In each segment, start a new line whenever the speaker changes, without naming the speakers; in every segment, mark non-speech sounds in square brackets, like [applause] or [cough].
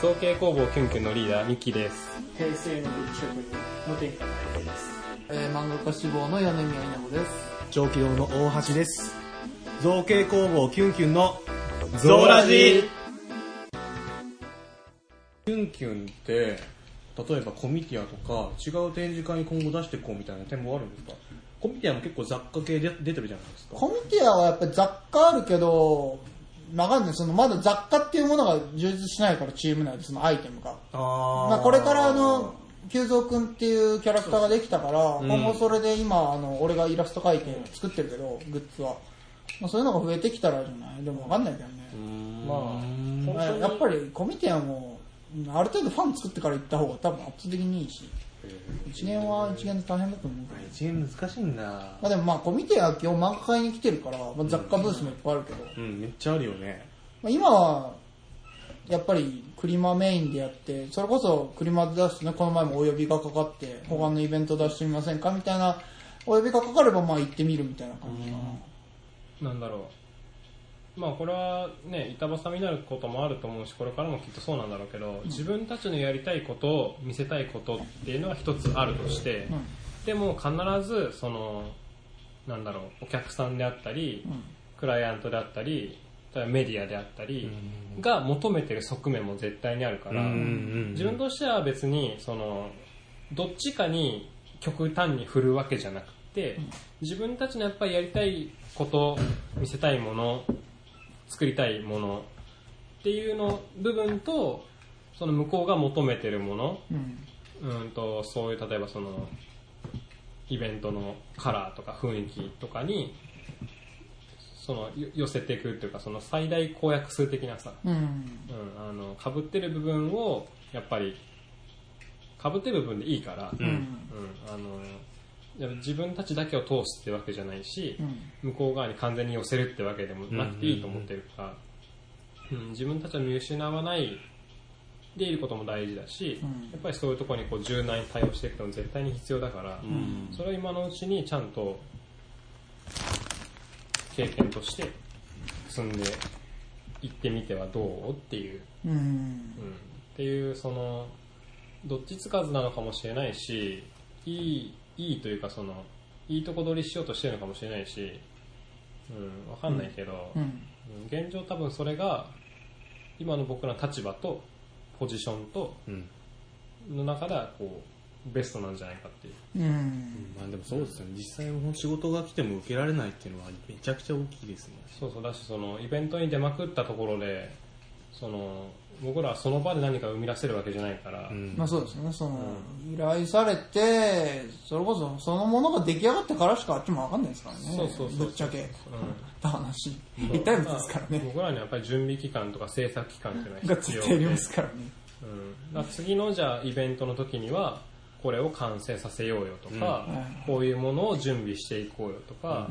造形工房キュンキュンのリーダーミキです
平成の一色に無添加大です。
えー、漫画家志望の柳宮稲穂です。
上気道の大橋です。造形工房キュンキュンの
ゾーラジ
キュンキュンって、例えばコミティアとか違う展示会に今後出していこうみたいな展望あるんですかコミティアも結構雑貨系で出てるじゃないですか。
コミティアはやっぱり雑貨あるけど、わかんない。そのまだ雑貨っていうものが充実しないからチーム内でそのアイテムが。
あ
まあこれからあの、久蔵くんっていうキャラクターができたから、
ん
今後それで今、あの、俺がイラスト描いて作ってるけど、グッズは。まあそういうのが増えてきたらじゃないでもわかんないけどね。
まあ、本
まあ
当に
やっぱりコミティアも、うんある程度ファン作ってから行った方が多分圧倒的にいいし、一年は一年で大変だと思うけど。
一円難しいんだ。
まあでもまあコミティアは基本漫画買いに来てるから、まあ、雑貨ブースもいっぱいあるけど、ま
うん、めっちゃあるよね。
あ、今はやっぱりクリマメインでやってそれこそクリマで出すとねこの前もお呼びがかかって他のイベント出してみませんかみたいなお呼びがかかればまあ行ってみるみたいな感じかな、
なんだろうまあこれはね板挟みになることもあると思うしこれからもきっとそうなんだろうけど自分たちのやりたいことを見せたいことっていうのは一つあるとして、
うん
でも必ずそのなんだろうお客さんであったり、
ん
クライアントであったりメディアであったりが求めてる側面も絶対にあるから、
うんうんうん
自分としては別にそのどっちかに極端に振るわけじゃなくて、自分たちのやっぱりやりたいこと見せたいもの作りたいものっていうの部分とその向こうが求めてるもの
うん
うんとそういう例えばそのイベントのカラーとか雰囲気とかにそのよ寄せていくっていうかその最大公約数的なさ、
うん
うん、あの被ってる部分をやっぱり被ってる部分でいいから、
う
うんん
うんあのやっぱ自分たちだけを通すってわけじゃないし、
う
向
ん
こう側に完全に寄せるってわけでもなくていいと思ってるから、うん自分たちを見失わないでいることも大事だし、
うん
やっぱりそういうところにこう柔軟に対応していくのも絶対に必要だから、
ん
それを今のうちにちゃんと経験として積んで行ってみてはどうっていう、
うん
うん、っていうそのどっちつかずなのかもしれないしいいいいというかそのいいとこ取りしようとしてるのかもしれないし、うん、わかんないけど、
うん
現状多分それが今の僕らの立場とポジションと
うん。
の中ではこうベストなんじゃないかっていう
うん
まあでもそうですよね。実際も仕事が来ても受けられないっていうのはめちゃくちゃ大きいですね。
そうそうだしそのイベントに出まくったところでその僕らはその場で何か生み出せるわけじゃないから、
うん
まあそうですねその依頼されてそれこそそのものが出来上がってからしかあっちもわかんないですからね
そうそうそう
ぶっちゃけ
う
た話
ん
一体物ですからね
僕らにはやっぱり準備期間とか制作期間っていうのは
が
必
絶
要
対
で、うん、
あり
だ
ますからね。
から次のじゃあイベントの時にはこれを完成させようよとか、
うん
こういうものを準備していこうよとか、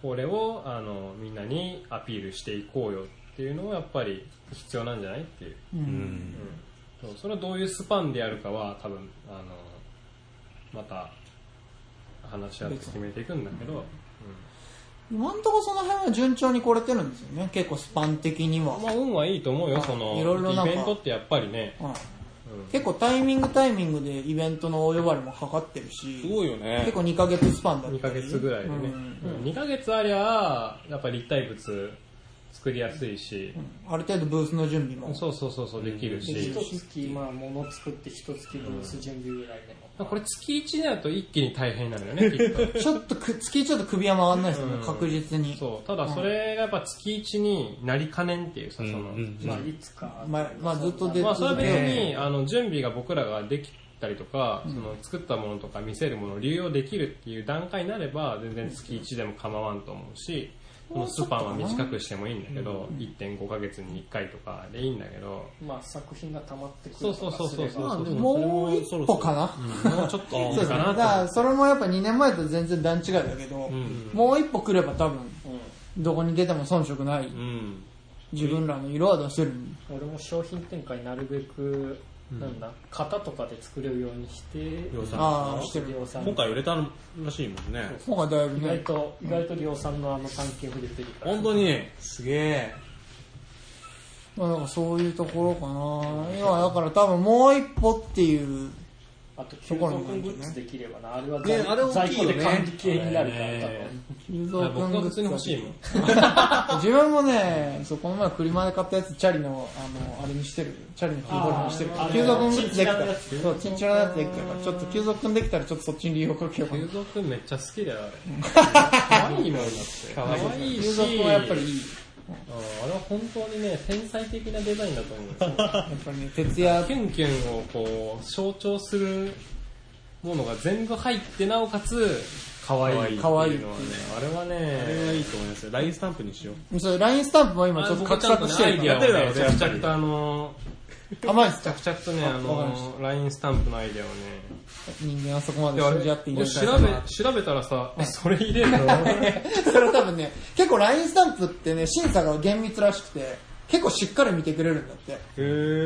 これをあのみんなにアピールしていこうよっていうのをやっぱり必要なんじゃないっていう、
う。
うんん。
そうそれはどういうスパンでやるかは多分あのまた話し合って決めていくんだけど、
今んとこその辺は順調に来れてるんですよね。結構スパン的には。
まあ運はいいと思うよその
いろいろなんか
イベントってやっぱりね、
うん
うん
結構タイミングタイミングでイベントのお呼ばれもかかってる
す
し、
ごいよね
結。構2ヶ月スパンだった
2ヶ月ぐらいでね、
うん
2ヶ月ありゃやっぱり立体物作りやすいし、
ある程度ブースの準備も。
そうそうそうそうできるし、
で一月、まあ、物作って一月ブース準備ぐらいでも。
これ月1だと一気に大変なのよね、きっと。
ちょっとく、月ちょっと首は回んないですよ
うん
ね、確実に。
そう。ただそれがやっぱ月1になりかねんっていうさ、その、
まあ、いつか。
まあまあずっと出
まあそれは別に、
ね
あの、準備が僕らができたりとか、その作ったものとか見せるものを流用できるっていう段階になれば、全然月1でも構わんと思うし、そのスパンは短くしてもいいんだけど、1.5ヶ月に1回とかでいいんだけど、
まあ、作品が溜まってくるとかすれば。
そうそうそうそう
まあ
そう
もう一歩かな。
もうちょっといい
そうです
か
ね。だか
な
ら、それもやっぱ2年前と全然段違いだけ
と。
ど
う、ん。
もう一歩来れば多分、
う
どこに出ても遜色ない
うん。
自分らの色は出せる
ん。俺も商品展開なるべく、なんだ、型とかで作れるようにして、
量産
ああしてる
量産
今回売れたらしいもんね。
方がだいぶ
意外
ね
と、意外と量産のあの探検フ出てるから。
本当にすげえ。
まあだからそういうところかな。要はだから多分もう一歩っていう、
あと、急速グッズできればな、あれは在,、
ねあれ大きいよね
在庫で管理系になるから、多
ね
分。
急
僕
増
は普通に欲しいもん。
自分もね、そう、この前車で買ったやつ、チャリの、あの、あれにしてる。チャリのキーボードにしてる
あ。ー
急増君できた
あの。
そう、チンチラのやつできたから、ちょっと急増君できたら、ちょっとそっちに利用かけようか
ゆ
な
う。ぞくんめっちゃ好きだよ、あれ。可愛いもんだって。可愛い
急
し。
増君はやっぱりいい。
うんあれは本当にね、天才的なデザインだと思うんですよ。
やっぱりね、徹夜
キ、ュンキュンをこう、象徴するものが全部入って、なおかつ、可愛い。
可愛い
っていうのはね、あれはね、
あれはいいと思いますよ。LINE スタンプにしよう。
それ、LINE スタンプも今
あ
ちょっと
僕
画
ちゃんと
策
ね
し
アイ
て
ディ
るから。
アを
やってるだ
ね
ろうね
着々とあの、
甘いですか
着々とね、あ
わかりまし
の、ラインスタンプのアイディアをね。
人間はそこまで
で、あ
信じ合っていない
れ、調べ、調べたらさ、えそれ入れる
[laughs]
の
それは多分ね、結構 LINE スタンプってね、審査が厳密らしくて、結構しっかり見てくれるんだって。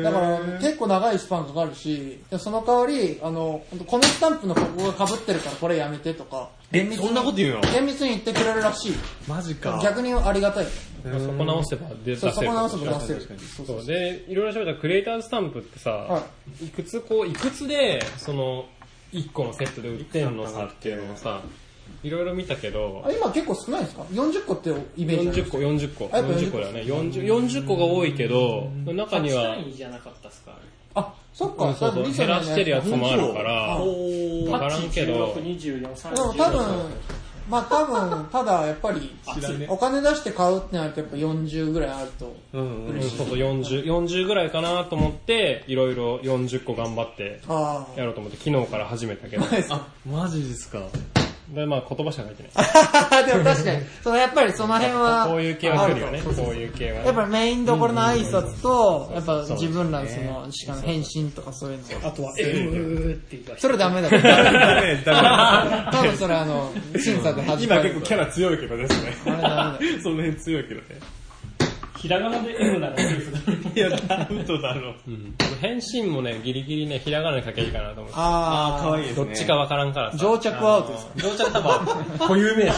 だから結構長いスパンかかるし、でその代わり、あの、ほんとこのスタンプのここが被ってるからこれやめてとか、
え、そんなこと言うの
厳密に言ってくれるらしい。
マジか。
逆にありがたい。
そこ直せば出
そう、そこ直せ
ば
ば出せる
確かに確か。
そうそ
そううでいろいろ調べたらクリエイターズスタンプってさ、、
はい
くつこういくつでその1個のセットで売ってんのさっていうのをさいろいろ見たけど
あ今結構少ないんですか ?40 個ってイメージなんです
40
か
個40個
あやっぱ40
40個だよね 40, 40個が多いけど中には
8単位じゃなかったっすか、あれ。
あ、そっ
うん
か、
そうそう
多分
減らしてるやつもあるから
うん
分からんけど
8 16 24 30
でも多分、まあ多分、ただやっぱり、
知らねえ
お金出して買うってなるとやっぱ40ぐらいある
[laughs]
と。
うんう。
うんんそうそう 40, 40ぐらいかなと思っていろいろ40個頑張って
あ
やろうと思って昨日から始めたけど
あ、マジですか。
で、まあ、言葉しか書いてない
あ。 [laughs] でも確かに、そのやっぱりその辺は、
こういう系は来るよ
あ
ね
か
こ
も
ういう系は
やっぱりメインどころの挨拶と、やっぱ自分らのその、しかも返信とかそういうの。あとは、
うーっていうか、
それダメだから。
ダメ、ダ
[laughs]
メ。
多分それあの、審査で始ま
今
る。
結構キャラ強いけどですね。
あれダメ
その辺強いけどね。
ひらがなで M ならセーフだ。
いや、ダウトだろ。
うん返信もねギリギリねひらがなに書けばいいかなと思って
あー、
あー、可愛いです
ど
ね。
っちかわからんからさ
定着はアウトですか
上着多分、固有 [laughs] 名詞。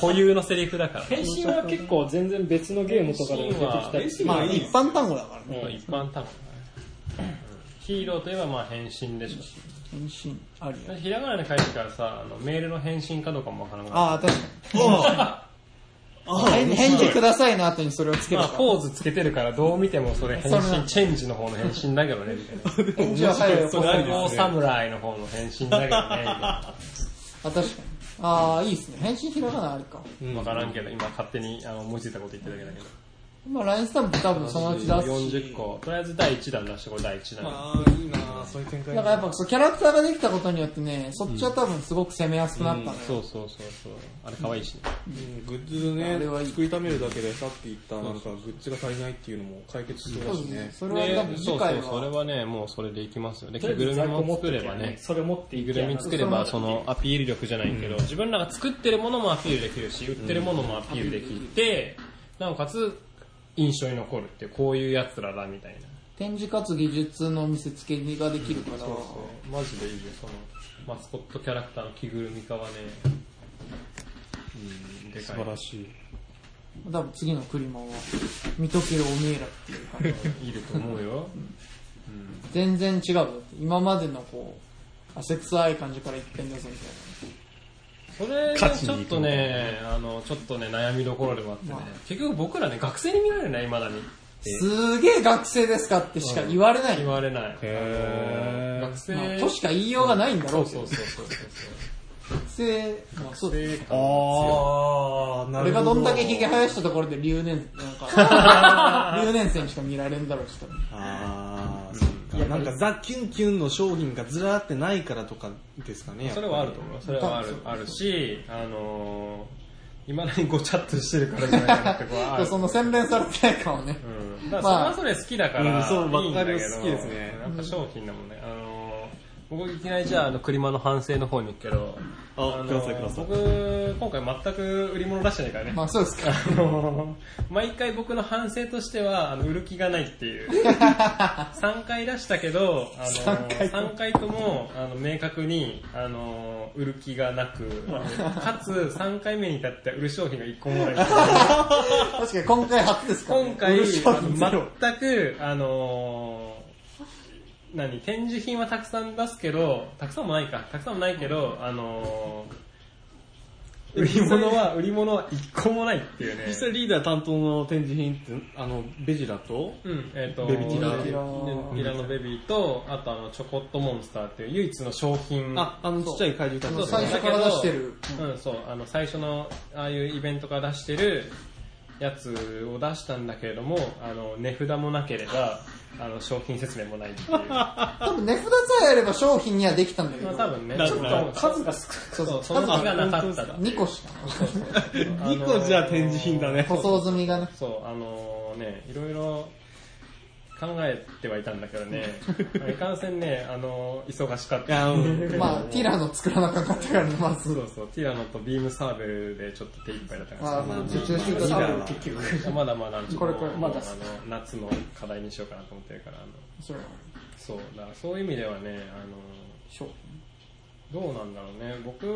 固有のセリフだから。
返信は結構全然別のゲームとかでも出てきたりする。
まあ一般単語だからね。
一般多分。ヒーローといえばまあ返信でしょ。
返信、あるよ。
ひらがなで書いてからさ、あのメールの返信かどうかもわからなかっ
ああ、確
[laughs]
かに。返返事くださいの後にそれをつけ
た。
る
まあ
から。
ポーズつけてるからどう見てもそれ返
それ
信、チェンジの方の返信だけどね、みたいな。
返事は早く
そ
ポ
う
ー
大
ズ。
侍の方の返信だけどね、みたいな。
あ、確かに。ああ、いいですね。返信ひらがなあるか。
わからんけど、今勝手にあの思いついたこと言ってるだけだけど。
まあ LINE スタンプ多分そのうち出す
40
し。
個。とりあえず第1弾出して、これ第1弾。
あー、いいなぁそういう展開
だからやっぱそうキャラクターができたことによってね、そっちは多分すごく攻めやすくなったね。
そうそうそうそう。あれ可愛いしね。
うんグッズね
あれはいい
作りためるだけでさっき言ったなんかグッズが足りないっていうのも解決しそうだ
そ
し
うで
ね
すね。そ
ね
れは多分
そう
次
そ
回
う、それ
は。
はね、もうそれでいきますよ。で、
と
着ぐ
り
る
あえず
み
在庫
も
持っ
作
て
れ
れ
ば
ば
ね
ね、。それ持ってい
着ぐるみ作れば、そのアピール力じゃないけど、自分らが作ってるものもアピールできるし、売ってるものもアピールできて、なおかつ、印象に残るっていう、こういう奴らだみたいな。
展示かつ技術の見せつけができるから。
う、マジでいいよ、その、マスコットキャラクターの着ぐるみ化はね、うん、で
素
か
晴ら
い。
しい
多分次のクリマは、見とけるおめえらっていう感じ。
いると思うよ。
全然違うよ。今までのこう、汗臭い感じから一変だぞみたい
そ
な。
れが
勝ち
ちょ
に
っ
行く
とね、あの、ちょっとね、悩みどころでもあってね、結局僕らね、学生に見られるね、未だに。
すげえ学生ですかってしか言われない。
言われない。
へー
あの学生、
まあ、としか言いようがないんだろ
そうう
けど。
そうそうそうそう。
学生、まあそうだよ
学生感
あーな
俺がどんだけヒゲ生やしたところで留年、なん
[laughs]
か、留年生にしか見られんだろうし、多分
あーそっかなんかザ・キュンキュンの商品がずらーってないからとかですかね
それはあると思うよ。それはある
多分、
あるし、あのー、いまだにごちゃっとしてるからじゃないかなって [laughs] ことはある。
その洗練されてない感をね。
うん。だからそれはそれ好きだから、
まあうんそう
いいんだけど
わかります好きですね
やっぱ商品だもんね。あのー僕いきなりじゃあ、あの、車の反省の方に行くけど、
あ
の
くださいください
僕、今回全く売り物出してないからね。
まあそうですか。
あの毎回僕の反省としては、あの売る気がないって
[laughs]
いう。3回出したけど、あの
三回とも
三回ともあの明確にあの売る気がなく、かつ3回目に至っては売る商品が1個もな
[laughs]
い。
確かに今回初ですから、ね。
今回、
商
あ
品ゼロ
の全く、あのー何、展示品はたくさん出すけど、たくさんもないか、たくさんもないけど、あのー売り物は、売り物は一個もないっていうね
[laughs]
実。際リーダー担当の展示品って、あの、ベジラと、
うん、えっ、と、
ベビティラ
ベビティラのベビーと、あとあの、チョコットモンスターっていう唯一の商品。
あ、あのちっちゃい怪獣た
あ
ち
そ
の
う
ね
そう
最初から出してる。
うん、そう、あの、最初の、ああいうイベントから出してるやつを出したんだけれども、あの、値札もなければ、あの、商品説明もないっていう。
多分値札さえあれば商品にはできたんだけ
まあ
ど。
多分ね、
な
ちょっ
な
と
数が少
そ
そうう
そ
そ
う
の気がなかったら。
2個しか。
2個じゃ展示品だね。
塗装済みがね。
そう、あのね、いろいろ考えてはいたんだけどね、いかんせんね、あの忙しかっ
いや
た。
うん
まあ、ティラノ作らなかったからね、ま
そ
ず。
うそう、ティラノとビームサーベルでちょっと手一杯だったから
まあ、
まあ
受注してくだ
な
さ
い
い。
結局。
まだまだ、ちょっと
これこれ
もう
まだ
あの夏の課題にしようかなと思ってるから、あの
そう
そう、だからそういう意味ではね、あの
商品。
どうなんだろうね僕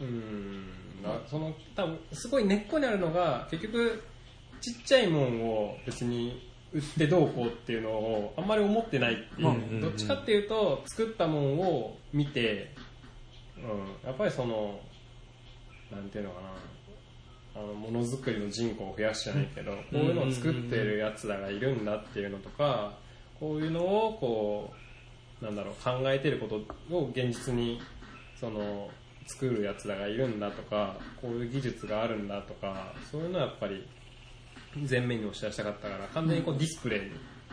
うんなその多分すごい根っこにあるのが結局ちっちゃいもんを別に売ってどうこうっていうのをあんまり思ってないっていう、
うんうんうん
どっちかっていうと作ったもんを見て、うん、やっぱりそのなんていうのかなあのものづくりの人口を増やしじゃないけどこういうのを作ってるやつらがいるんだっていうのとかこういうのをこうなんだろう考えてることを現実にその作るやつらがいるんだとかこういう技術があるんだとかそういうのはやっぱり前面に押し出したかったから完全にこうディスプレイ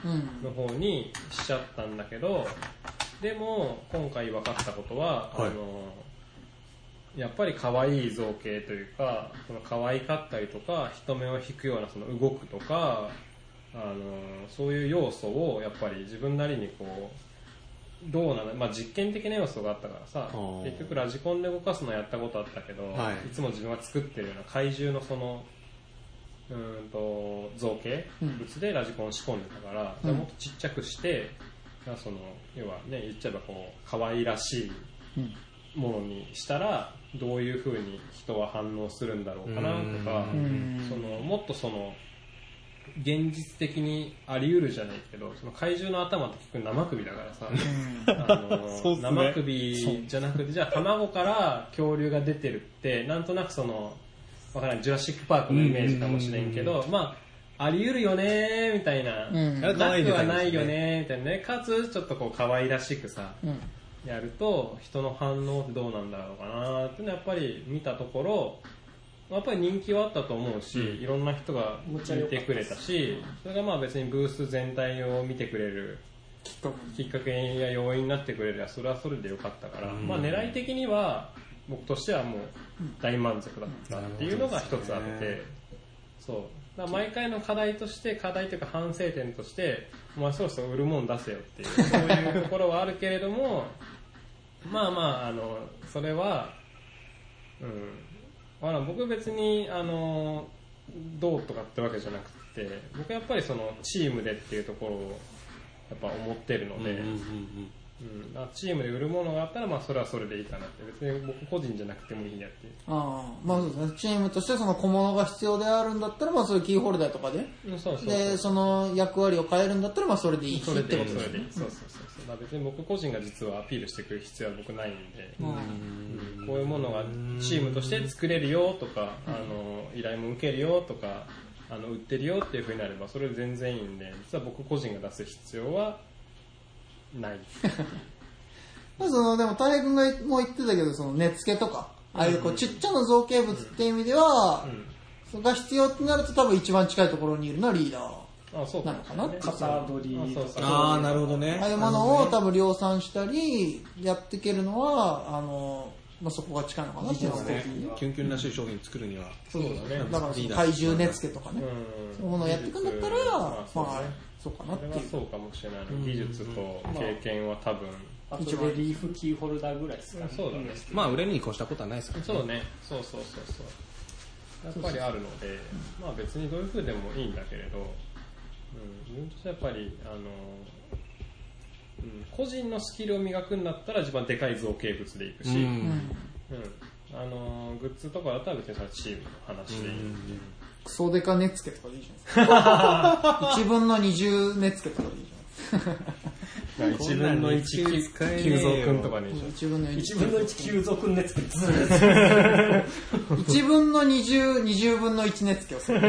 うん。
の方にしちゃったんだけどでも今回分かったことは、
は
あ
い
のやっぱり可愛い造形というかその可愛かったりとか人目を引くようなその動くとかあのそういう要素をやっぱり自分なりにこうどうなの、まあ、実験的な要素があったからさ
あー
結局ラジコンで動かすのはやったことあったけど、
はい
い、つも自分が作ってるような怪獣のそのうーんと造形
うん
物でラジコンを仕込んでたから、
うん
じゃあもっとちっちゃくしてまあその要はね言っちゃえばこう可愛らしい
うん。
ものにしたらどういうふうに人は反応するんだろうかなとか
う
そのもっとその現実的にあり得るじゃないけどその怪獣の頭って結局生首だからさあの
そうっすね
生首じゃなくてじゃあ卵から恐竜が出てるってなんとなくそのわからないジュラシック・パークのイメージかもしれんけどまああり得るよねみたいな、
うん
なくはないよねみたいなねかつちょっとこう可愛らしくさ、
うん。
やると人の反応ってどうなんだろうかなっていうのはやっぱり見たところやっぱり人気はあったと思うし、いろんな人が見てくれたしそれがまあ別にブース全体を見てくれる
きっと。
きっかけや要因になってくれればそれはそれでよかったから、まあ狙い的には僕としてはもう大満足だったっていうのが一つあって、そうだから毎回の課題として課題というか反省点としてお前そろそろ売るもん出せよっていうそういうところはあるけれども [laughs] まあまああのそれはうんまあ僕別にあのどうとかってわけじゃなくて僕やっぱりそのチームでっていうところをやっぱ思ってるので、
うんうんうん
うんあチームで売るものがあったらまあそれはそれでいいかなって別に僕個人じゃなくてもいいやっていう
ああ、まあそうですね。チームとしてその小物が必要であるんだったら、まあそういうキーホルダーとかで。
うんそうそう
で、
そう
その役割を変えるんだったら、まあそれでいいし
そ
って
れ
こ
でいい
とです
そ
ね
れでいいそうそうそうそうだから別に僕個人が実はアピールしてくる必要は僕ないんで、
うん
うんこういうものがチームとして作れるよとかあの依頼も受けるよとかあの売ってるよっていうふうになればそれで全然いいんで実は僕個人が出す必要はない
まあその、でも大平君がもう言ってたけど、その根付けとか、ああいうこうちっちゃな造形物っていう意味では、それが必要ってなると多分一番近いところにいるのはリーダー。
あそう
なのかな
型取り
そうそう
ああ、なるほどね。
ああいうものを多分量産したり、やっていけるのは、あの、まあ、そこが近いのかな
ビ
って
ジ
いうの
ネス
が
ね
的に、
キュンキュンらしい商品作るには、
そうだ
そうだね
だからその体重値付けとか
うん
ね、そういうものをやっていくんだったら、
技
ま
術まあ
あ、そうかなっ
そ
て
れ
い
は
う。
そうかもしれない、技術と経験は多分、
あとレリーフキーホルダーぐらいですかね。
そうだね、
まあ売れるに越したことはないですから
そうねそうそうそうそうやっぱりあるのでまあ別にどういう風でもいいんだけれど、うん、自分としてはやっぱりあの、うん、個人のスキルを磨くんだったら一番でかい造形物でいくし、
う
うんん、
うんあのグッズとかだったら別にそれはチームの話でいい、
クソデカ値付けとかでいいじゃないですか。1分の20値付けとかでいいじ
なんか1分の1急増くんとか
ゃ
ね
ないですか。1分の
1分の1急増くん熱くずーっ
1分の20、20分の1熱気をする。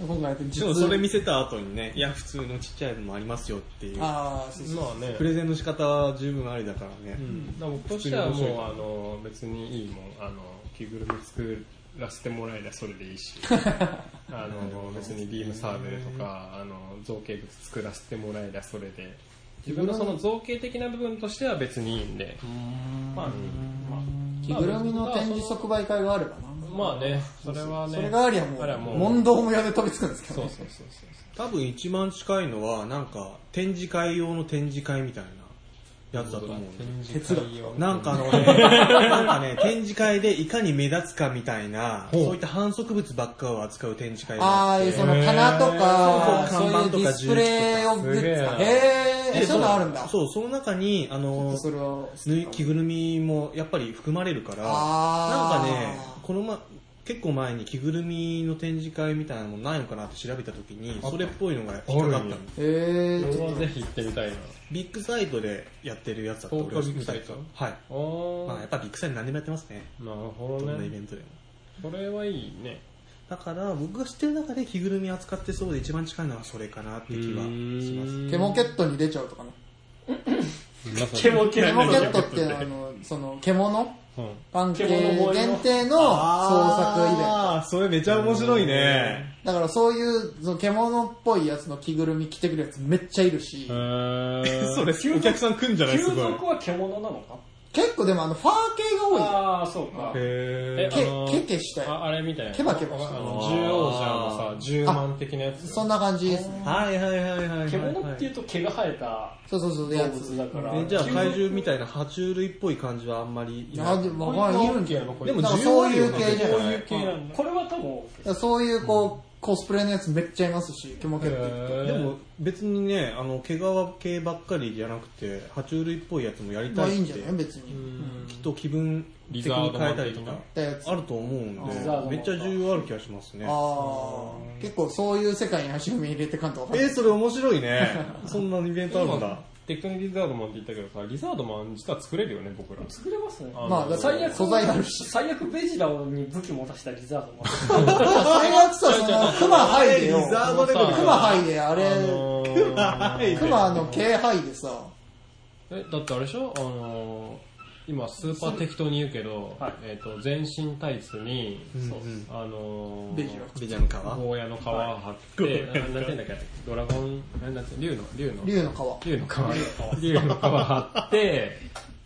今回、
で
実
もそれ見せた後にね、いや、普通のちっちゃいのもありますよっていう。
ああ、そうそう。
まあね
プレゼンの仕方は十分ありだからね。
うん、だから僕としてはもうあの別にいいもんあの着ぐるみ作らせてもらえりゃそれでい
[laughs]
いしあの別にビームサーベルとかあの造形物作らせてもらえりゃそれで自分のその造形的な部分としては別にいいんでまあ、うん
着ぐるみの展示即売会があればな。
まあ、まあねそれはね
それがありゃ
あれは
も
も
う、
う
問答無用で飛びつくんですけ
そ
ど
う
ね。
そうそうそう
多分一番近いのは、なんか、展示会用の展示会みたいなやつだと思うね。
哲学
なんかあ [laughs] のね、なんかね、展示会でいかに目立つかみたいな、そういった反則物ばっかを扱う展示会が
ああいうその棚とか、
そうそ
そうい
う
う
看板と
ディ
か
スプレイをグッズか。
すげえ
へえ、
で
そういうのあるんだ。
そう、その中に、あの、
それは、
ぬい着ぐるみもやっぱり含まれるから、な
あ
んか
ー
ね、このま、結構前に着ぐるみの展示会みたいなのないのかなって調べた時に、それっぽいのが引っかかったの
あるんや。
へえ、ち
俺
ょっ
は
と
ぜひ行ってみたいな
ビッグサイトでやってるやつだった
東京
俺は
ビッグサイト
はい。
お
まあやっぱビッグサイト何でもやってますね。
なるほ
ど
ど
んなイベ
ね
ントでも。
それはいいね
だから僕が知ってる中で着ぐるみ扱ってそうで一番近いのはそれかなって気はします。
ケモケットに出ちゃうとかね。
ケモケ
ケモ
モ
ケ
ケ
ットって、あの、その、獣
うん
関係限定の創作イベント。
ああ、それめちゃ面白いね。
だからそういう、その獣っぽいやつの着ぐるみ着てくるやつめっちゃいるし、
それお客さん来んじゃない
急
すごい。
増は獣なのか
結構でもあの、ファー系が多いじゃん。
ああ、そうか。
え
へ
け
あの、
けけしたい
ああれみたいな。
ケバケバした
あの、獣王者のさ、10万的なやつ。
そんな感じですね。
はいはいはいはいはいはい。
獣っていうと毛が生えた
そうそうそう、で
動
やつ
物。だから。
えじゃあ怪獣みたいな爬虫類っぽい感じはあんまりいない
あ、でも、まあ、いるんじゃない
でも
だから
需要
そ
あ
う
る
い
よ
う
ね
系じゃない
こういう系なんだ
これは多
だか
分
らそういうこう、コスプレのやつめっちゃいますし、ケモケットって。
へー
でも別にねあの毛皮系ばっかりじゃなくて爬虫類っぽいやつもやり
ま
た
あいい
い
ん
っ
じゃ
て
ない別に。
う
うん
ん
きっと気分的に変えたりとか
だやつ。
あ
あ
ると思うんで
リ
ザードマンとか
めっちゃ重要ある気がしますね
あー、結構そういう世界に足踏み入れてかんとわかん
え
ない
ー、それ面白いねそんなイベントあるんだ
今テクニリザードマンって言ったけどさ、リザードマン実は作れるよね、僕ら。
作れますね。
あの
まあ、だって
最悪
素材ある
[laughs]
し。
最悪ベジラオに武器持たせたリザードも。
最悪さ、その、クマ入れよ。
リザードレベル
クマ入れ、あれ、
あのー
クマの毛はいでさ、
え、だってあれでしょあのー、今スーパー適当に言うけど
はい、
えっと、全身タイツに、
そううん
あのー、
ベジラ
ベジャの皮
ゴーヤの皮を貼って、ななんていうんだっけ、ドラゴン、なんだっけ、竜の、竜の。
竜の皮。
竜の皮竜の皮貼って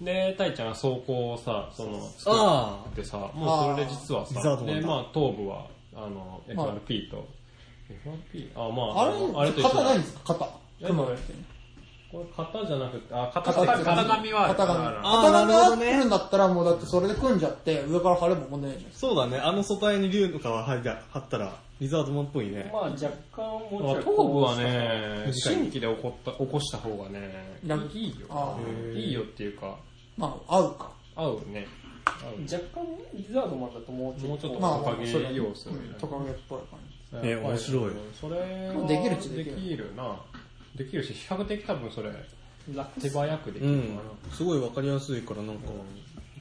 でたいちゃんが走行をさその作
あ
ってさもうそれで実は
あーザー
さ
ドマンだ
でまあ頭部はあの
まあ
FRP と FRP あま
あ
ああれと
れ、
一緒
型ないん
だ
ですか型。
え
クマ
これ
って。
これ型じゃなくてあ型
型
型型紙はある
型紙。
あるある
あ
型紙が
なるほどね
来るんだったら、もうだってそれで組んじゃって、上から貼れば問題ないじゃん。
そうだねあの素体に竜の皮貼りだ貼ったらリザードマンっぽ
[laughs]
いね
まあ若干もうちょい
頭部は、ね新規で起こった起こした方がねいいよ
あ
いいよっていうか
まあ、合うか。
合うね合う
若干リザードマンだともうちょ
も
っ
うち
と
ょっと
まあ、
トカゲ
それ
要素を
う
入れ
ん
る
トカゲっぽい感
ね面白い
それは
できるっちゃで
で
きる
きるなできるし比較的多分それ
楽
手早くでき
う
る
ん
かな、
すごいわかりやすいからなんか、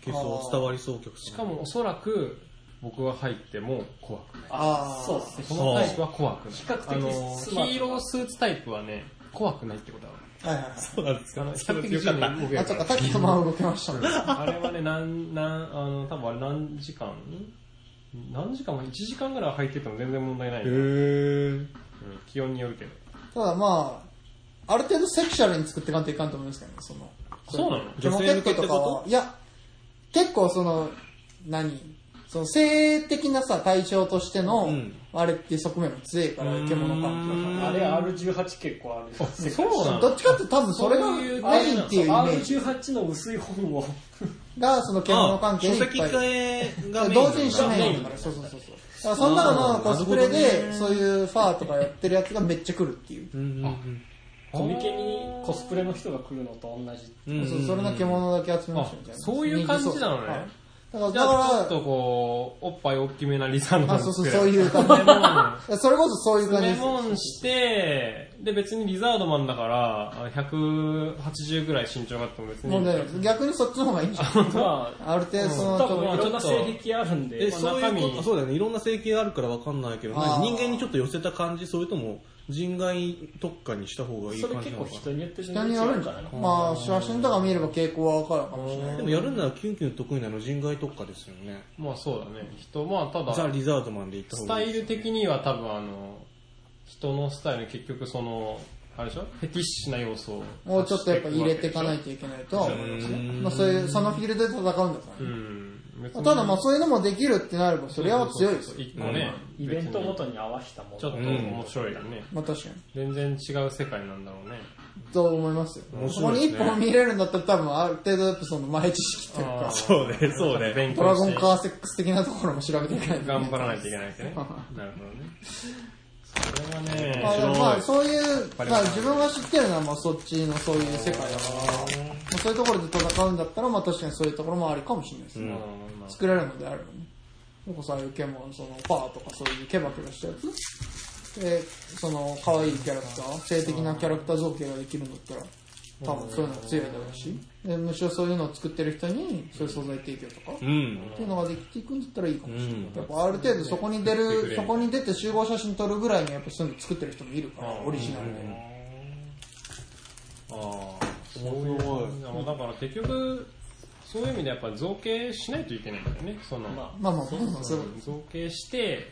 結構伝わりそう曲
しかもおそらく僕が入っても怖くない
あー
そうですね。
このタイプは怖くない
比較的
あの
ス
ヒ
マート
ーロースーツタイプはね怖くないってことだわ
じ。はいはいはい。
そうなんです
あの比較的
よかった
自由に動け
あ、
る
そ
か
う
ら
か、さっきとまあ動きましたね。
あれはねなんなんあの多分あれ何時間何時間も1時間ぐらい入ってても全然問題ない、
へ
うん
ー
気温によるけど
ただまあ、ある程度セクシャルに作っていかんといかんと思いますけどね、その。
そうなの
ジョ
女
モ
性向
ット
けってこ
とかは
と、
いや、結構その、何その性的なさ、対象としての、
うん
あれっていう側面も強いから、
うーん
獣関
あれ R18 結構あるよ
そうな
係。
の
どっちかっていうと多分それが
そういう
メインっていうイメージ
R18 の薄い本を
が、その獣関係
書
にいっ
籍
ぱい。
替えがメイン
同人誌メインだから、そうそうそうそう。だからその中のコスプレ
なるほど
で、
ね
そういうファーとかやってるやつがめっちゃ来るっていう。
うんうん
コミケにコスプレの人が来るのと同じ
うんうん
そうそれの獣だけ集めましたみたいな。
あそういう感じなのね
はいだから、
じ
だ
ゃあちょっ
か
とこう、おっぱい大きめなリサの
ら、あ、そうそう、そういう感じ。
詰め物
それこそそういう感
詰
じで
め
す。
物して、で別にリザードマンだから、あ180ぐらい身長があっても別にい
も
い
うん
だよ。
ね、逆にそっちの方がいいんじゃない
[laughs]
まあ
ある程度その、
多
ち
分い
ょっ
ろんな性癖あるん
え、
で
そう
中
いうこ
身
と、そうだよね。いろんな整形あるからわかんないけど、
あー
人間にちょっと寄せた感じ、それとも人外特化にした方がいい
それ
感じ
結
な
構
のか
人によって
と人によるんじゃないのまあ、写真とか見れば傾向はわかるかもしれな。
ないでもやるならキュンキュン得意なの人外特化ですよね。
まあそうだね。人、まあただ、
ザ・リザードマンで言った方
ス
が
タ
いい
イ
です
ル的には多分あの、人のスタイルに結局その、あれでしょフェティッシュな要素を。
もうちょっとやっぱ入れていかないといけないとは思いますね。まあ、そういう、そのフィールドで戦うんだからね。
うん。別に
ただまあ、そういうのもできるってなれば、それは強いですよ。
一個ね、
イベントごとに合わせたも
ちょっと
の
面白いよね。
まあ、確かに。
全然違う世界なんだろうね。
と思いますよ。
面
そこ
白
に
いです
一
ね
本見れるんだったら多分ある程度やっぱその前知識というか、
そうねそうね
勉
ドラ
強
ゴ
し
ン
て
カーセックス的なところも調べていかないといけない
頑張らないといけないですね。なるほどね。それはね、
まあでもまあ、そういう、
ぱり
まあ、自分が知ってるのはまあそっちのそういう世界だから、まあ、そういうところで戦うんだったら、まあ確かにそういうところもありかもしれないですね。
まあ
作れるのであればね。僕こそああいうケモン、そのパーとかそういうケバケバしたやつ。で、その可愛いキャラクター、性的なキャラクター造形ができるんだったら、多分そういうのが強いだろうし、でむしろそういうのを作ってる人に、そういう素材提供とか、
うん
っ。ていうのができていくんだったらいいかもしれない。
うん
やっぱある程度そこに出
作ってくれ
る、
る
そこに出て集合写真撮るぐらいにやっぱそういうの作ってる人もいるから、オリジナルで。
ああ、面白い。だから結局、そういう意味でやっぱ造形しないといけないんだよね。その、
ま
まあまあ、まあまあ、
そ
そ
うう造形して、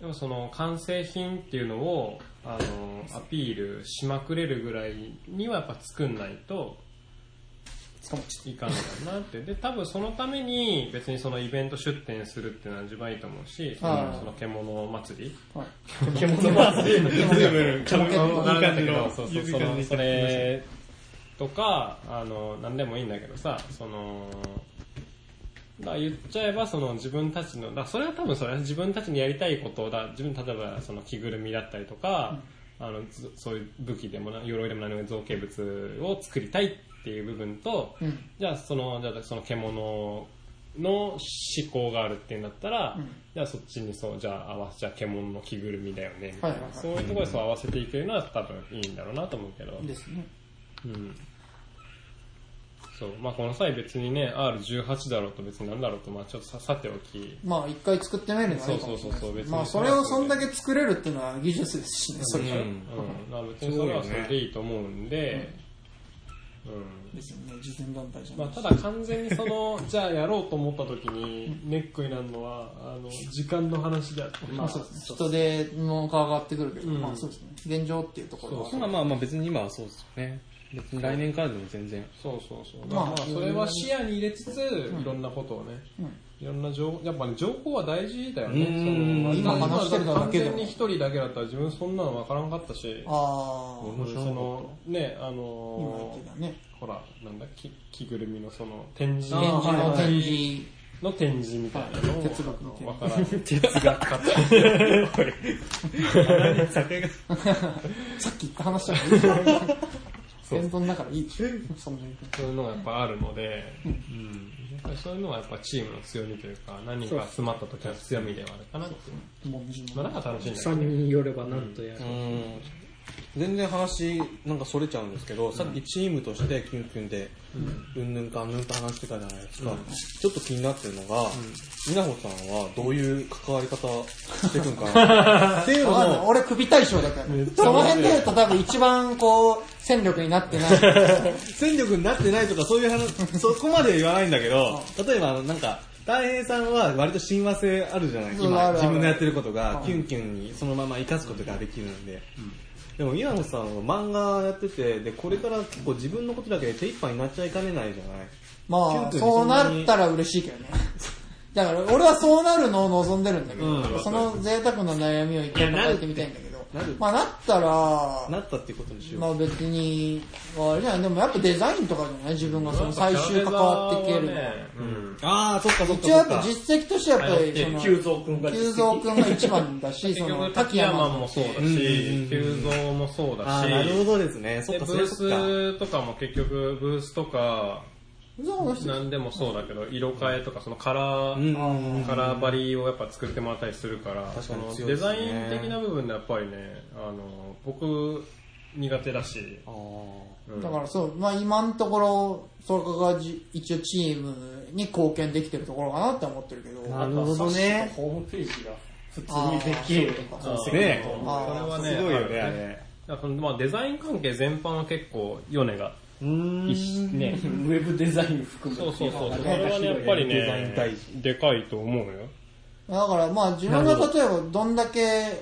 でもその完成品っていうのを、あの、アピールしまくれるぐらいにはやっぱ作んないと、いかんだなって。で、多分そのために別にそのイベント出店するっていうのは一番いいと思うし、そ
はい
のその獣祭り。
はい。
獣祭り
なんだけど、そうそうそう、それとか、あの、なんでもいいんだけどさ、その、だから言っちゃえば、その自分たちの、だからそれは多分それは自分たちにやりたいことだ、自分、例えばその着ぐるみだったりとか、あの、ずそういう武器でもな、鎧でも何でも造形物を作りたいっていう部分と、
うん。
じゃあその、じゃあその獣の思考があるっていうんだったら、
うん
じゃあそっちにそう、じゃあ合わせ、じゃあ獣の着ぐるみだよね、みたいな、
はいはいはい
そういうところでそう合わせていけるのは多分いいんだろうなと思うけど。
ですね。
うん。そう、まあこの際別にね、R18 だろうと別に何だろうと、まあちょっとささておき、
まあ、一回作ってみるのはいいかもしれないです。
そうそうそうそう別に
まあ、それをそんだけ作れるっていうのは技術ですしね、それは。
うん
うん、まあ別にそれはそれでいいと思うんで、うん。
ですよね、事前団体じゃ
ま
な
あ、
い
ただ完全にそ
[laughs]
の、じゃあやろうと思った時に、ネックになるのは、あの、時間の話であって。
まあ、そうですね。人手の価が上がってくるけど、
うん
まあ、そうですね。現状っていうところは。
まあまあまあ別に今はそうですよね。別に来年からでも全然。
そうそうそう。
まあ
まあ、それは視野に入れつつ、いろんなことをね、
うん
いろんな情報、やっぱね、情報は大事だよ
う
ね。
ん
その
今話してるのだけでも
完全に一人だけだったら自分そんなのわからんかったし、
ああ、
その、ね、あ
今言っ
の
てたね。
ー、ほら、なんだ、き着ぐるみのその展示
展示
はい
の
はい
展示。
の展示みたいなのを、
哲学の展示
わからん。
酒が。
さっき言った話だから
[laughs]
いい。戦闘だからいいでしょ。そんなに。
そういうのがやっぱあるので、うん、やっぱりそういうのはやっぱチームの強みというか、何か詰まった時の強みではあるかなっていう。
もう20
まあなんか楽しいんだけど
3
ね。
人によればなんとやる
うん全然話なんかそれちゃうんですけど、さっきチームとしてキュンキュンで、うんぬんかんぬんと話してたじゃないですか、ちょっと気になってるのが、みなほさんはどういう関わり方していくんか [laughs] なっていうの
わかんない
も、
俺首大将だ
[laughs]
から。その辺で言うと多分一番こう、戦力になってない。 [laughs]
戦力になってないとかそういう話、そこまでは言わないんだけど、例えばあのなんか、大平さんは割と親和性あるじゃない
そうあるある
今自分のやってることが
うん
キュンキュンにそのまま生かすことができるんで、でも岩野さんは漫画やっててでこれから結構自分のことだけで手一杯になっちゃいかねないじゃない
まあ、
キュン君
そうなったら嬉しいけどね。だから、俺はそうなるのを望んでるんだけど、
うん
その贅沢な悩みを一回抱えてみたいんだけど、
なる
まあ、なったら、
なったっていうことにしよう、
まあ別に、あれじゃない、でもやっぱデザインとかじゃない自分がその最終関わっていけるのは。
うん。
ああそっかそっか
一応
そ
や
っ
っぱ
か
実績としてはやっぱり、その、
急増くんが
急蔵くんが一番だ
[laughs]
し、
結
その、
局、滝山もそうだ
うんうんう
し
ん、
急蔵もそうだ
ああなるほ
し、
どですねそ
で
っ
ブ
かそれ
ー
そ
ス
っか
とかも結局、ブースとか、
そうだし
何でもそうだけど、色変えとか、そのカラー、
うん
カラーバリをやっぱ作ってもらったりするから、
確
そ
かに
の
強いですね
デザイン的な部分でやっぱりね、あの、僕苦手だし、
あー
うん
だからそう、まあ今のところ、それがじ一応チームに貢献できてるところかなって思ってるけど、
なるほどね
ホームページが普通にできると
あー
か、
そう
ねえ
あー
こ
それはね
すごいよねあれ
だからまあデザイン関係全般は結構、ヨネが。
うーん
一緒ね
ウ。ェブデザイン含め
そうそうそう。そ
幅
れ
が
はね、
広い
やっぱり
デザイン大
ね、でかいと思うよ。
だからまあ自分が例えばどんだけ、